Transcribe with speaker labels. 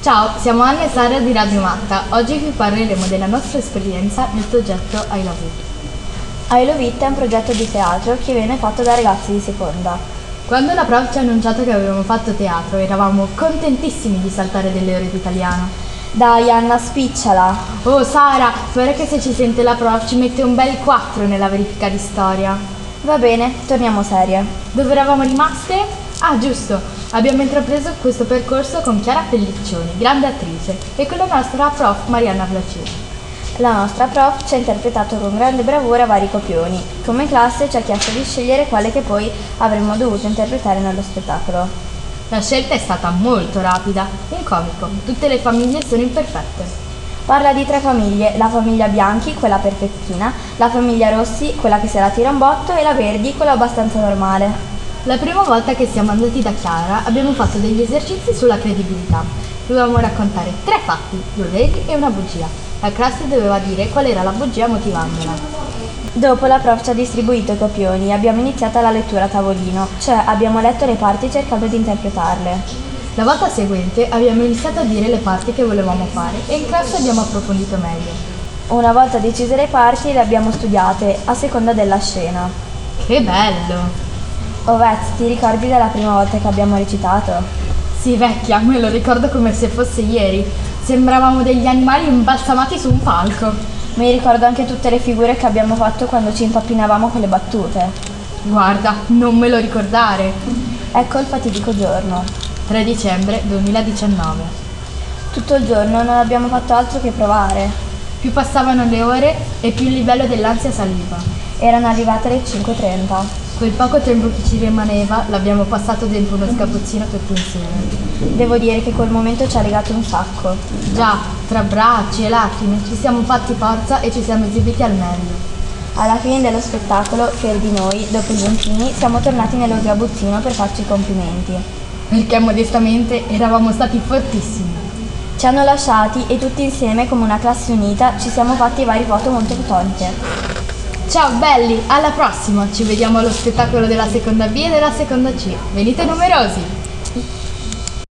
Speaker 1: Ciao, siamo Anna e Sara di Radio Matta. Oggi vi parleremo della nostra esperienza nel progetto I Love It.
Speaker 2: I Love It è un progetto di teatro che viene fatto da ragazzi di seconda.
Speaker 1: Quando la prof ci ha annunciato che avevamo fatto teatro, eravamo contentissimi di saltare delle ore di italiano.
Speaker 2: Dai Anna, spicciala!
Speaker 1: Oh Sara, spero che se ci sente la prof ci mette un bel 4 nella verifica di storia.
Speaker 2: Va bene, torniamo serie.
Speaker 1: Dove eravamo rimaste? Ah, giusto! Abbiamo intrapreso questo percorso con Chiara Pelliccioni, grande attrice, e con la nostra prof Marianna Placini.
Speaker 2: La nostra prof ci ha interpretato con grande bravura vari copioni. Come classe ci ha chiesto di scegliere quale che poi avremmo dovuto interpretare nello spettacolo.
Speaker 1: La scelta è stata molto rapida, un comico, tutte le famiglie sono imperfette.
Speaker 2: Parla di tre famiglie, la famiglia Bianchi, quella perfettina, la famiglia Rossi, quella che se la tira un botto, e la Verdi, quella abbastanza normale.
Speaker 1: La prima volta che siamo andati da Chiara abbiamo fatto degli esercizi sulla credibilità. Dovevamo raccontare tre fatti, due veri e una bugia. La classe doveva dire qual era la bugia motivandola.
Speaker 2: Dopo la prof ci ha distribuito i copioni e abbiamo iniziato la lettura a tavolino, cioè abbiamo letto le parti cercando di interpretarle.
Speaker 1: La volta seguente abbiamo iniziato a dire le parti che volevamo fare e in classe abbiamo approfondito meglio.
Speaker 2: Una volta decise le parti le abbiamo studiate a seconda della scena.
Speaker 1: Che bello!
Speaker 2: Ovet, ti ricordi della prima volta che abbiamo recitato?
Speaker 1: Sì, vecchia, me lo ricordo come se fosse ieri. Sembravamo degli animali imbalsamati su un palco.
Speaker 2: Mi ricordo anche tutte le figure che abbiamo fatto quando ci impappinavamo con le battute.
Speaker 1: Guarda, non me lo ricordare.
Speaker 2: Ecco il fatidico giorno.
Speaker 1: 3 dicembre 2019.
Speaker 2: Tutto il giorno non abbiamo fatto altro che provare.
Speaker 1: Più passavano le ore e più il livello dell'ansia saliva.
Speaker 2: Erano arrivate le 5.30.
Speaker 1: Quel poco tempo che ci rimaneva l'abbiamo passato dentro uno scappuccino tutti insieme.
Speaker 2: Devo dire che quel momento ci ha legato un sacco.
Speaker 1: Già, tra bracci e lacrime ci siamo fatti forza e ci siamo esibiti al meglio.
Speaker 2: Alla fine dello spettacolo, per di noi, dopo i giuntini, siamo tornati nello gabuzzino per farci i complimenti.
Speaker 1: Perché modestamente eravamo stati fortissimi.
Speaker 2: Ci hanno lasciati e tutti insieme, come una classe unita, ci siamo fatti vari foto molto toniche.
Speaker 1: Ciao belli, alla prossima! Ci vediamo allo spettacolo della seconda B e della seconda C. Venite numerosi!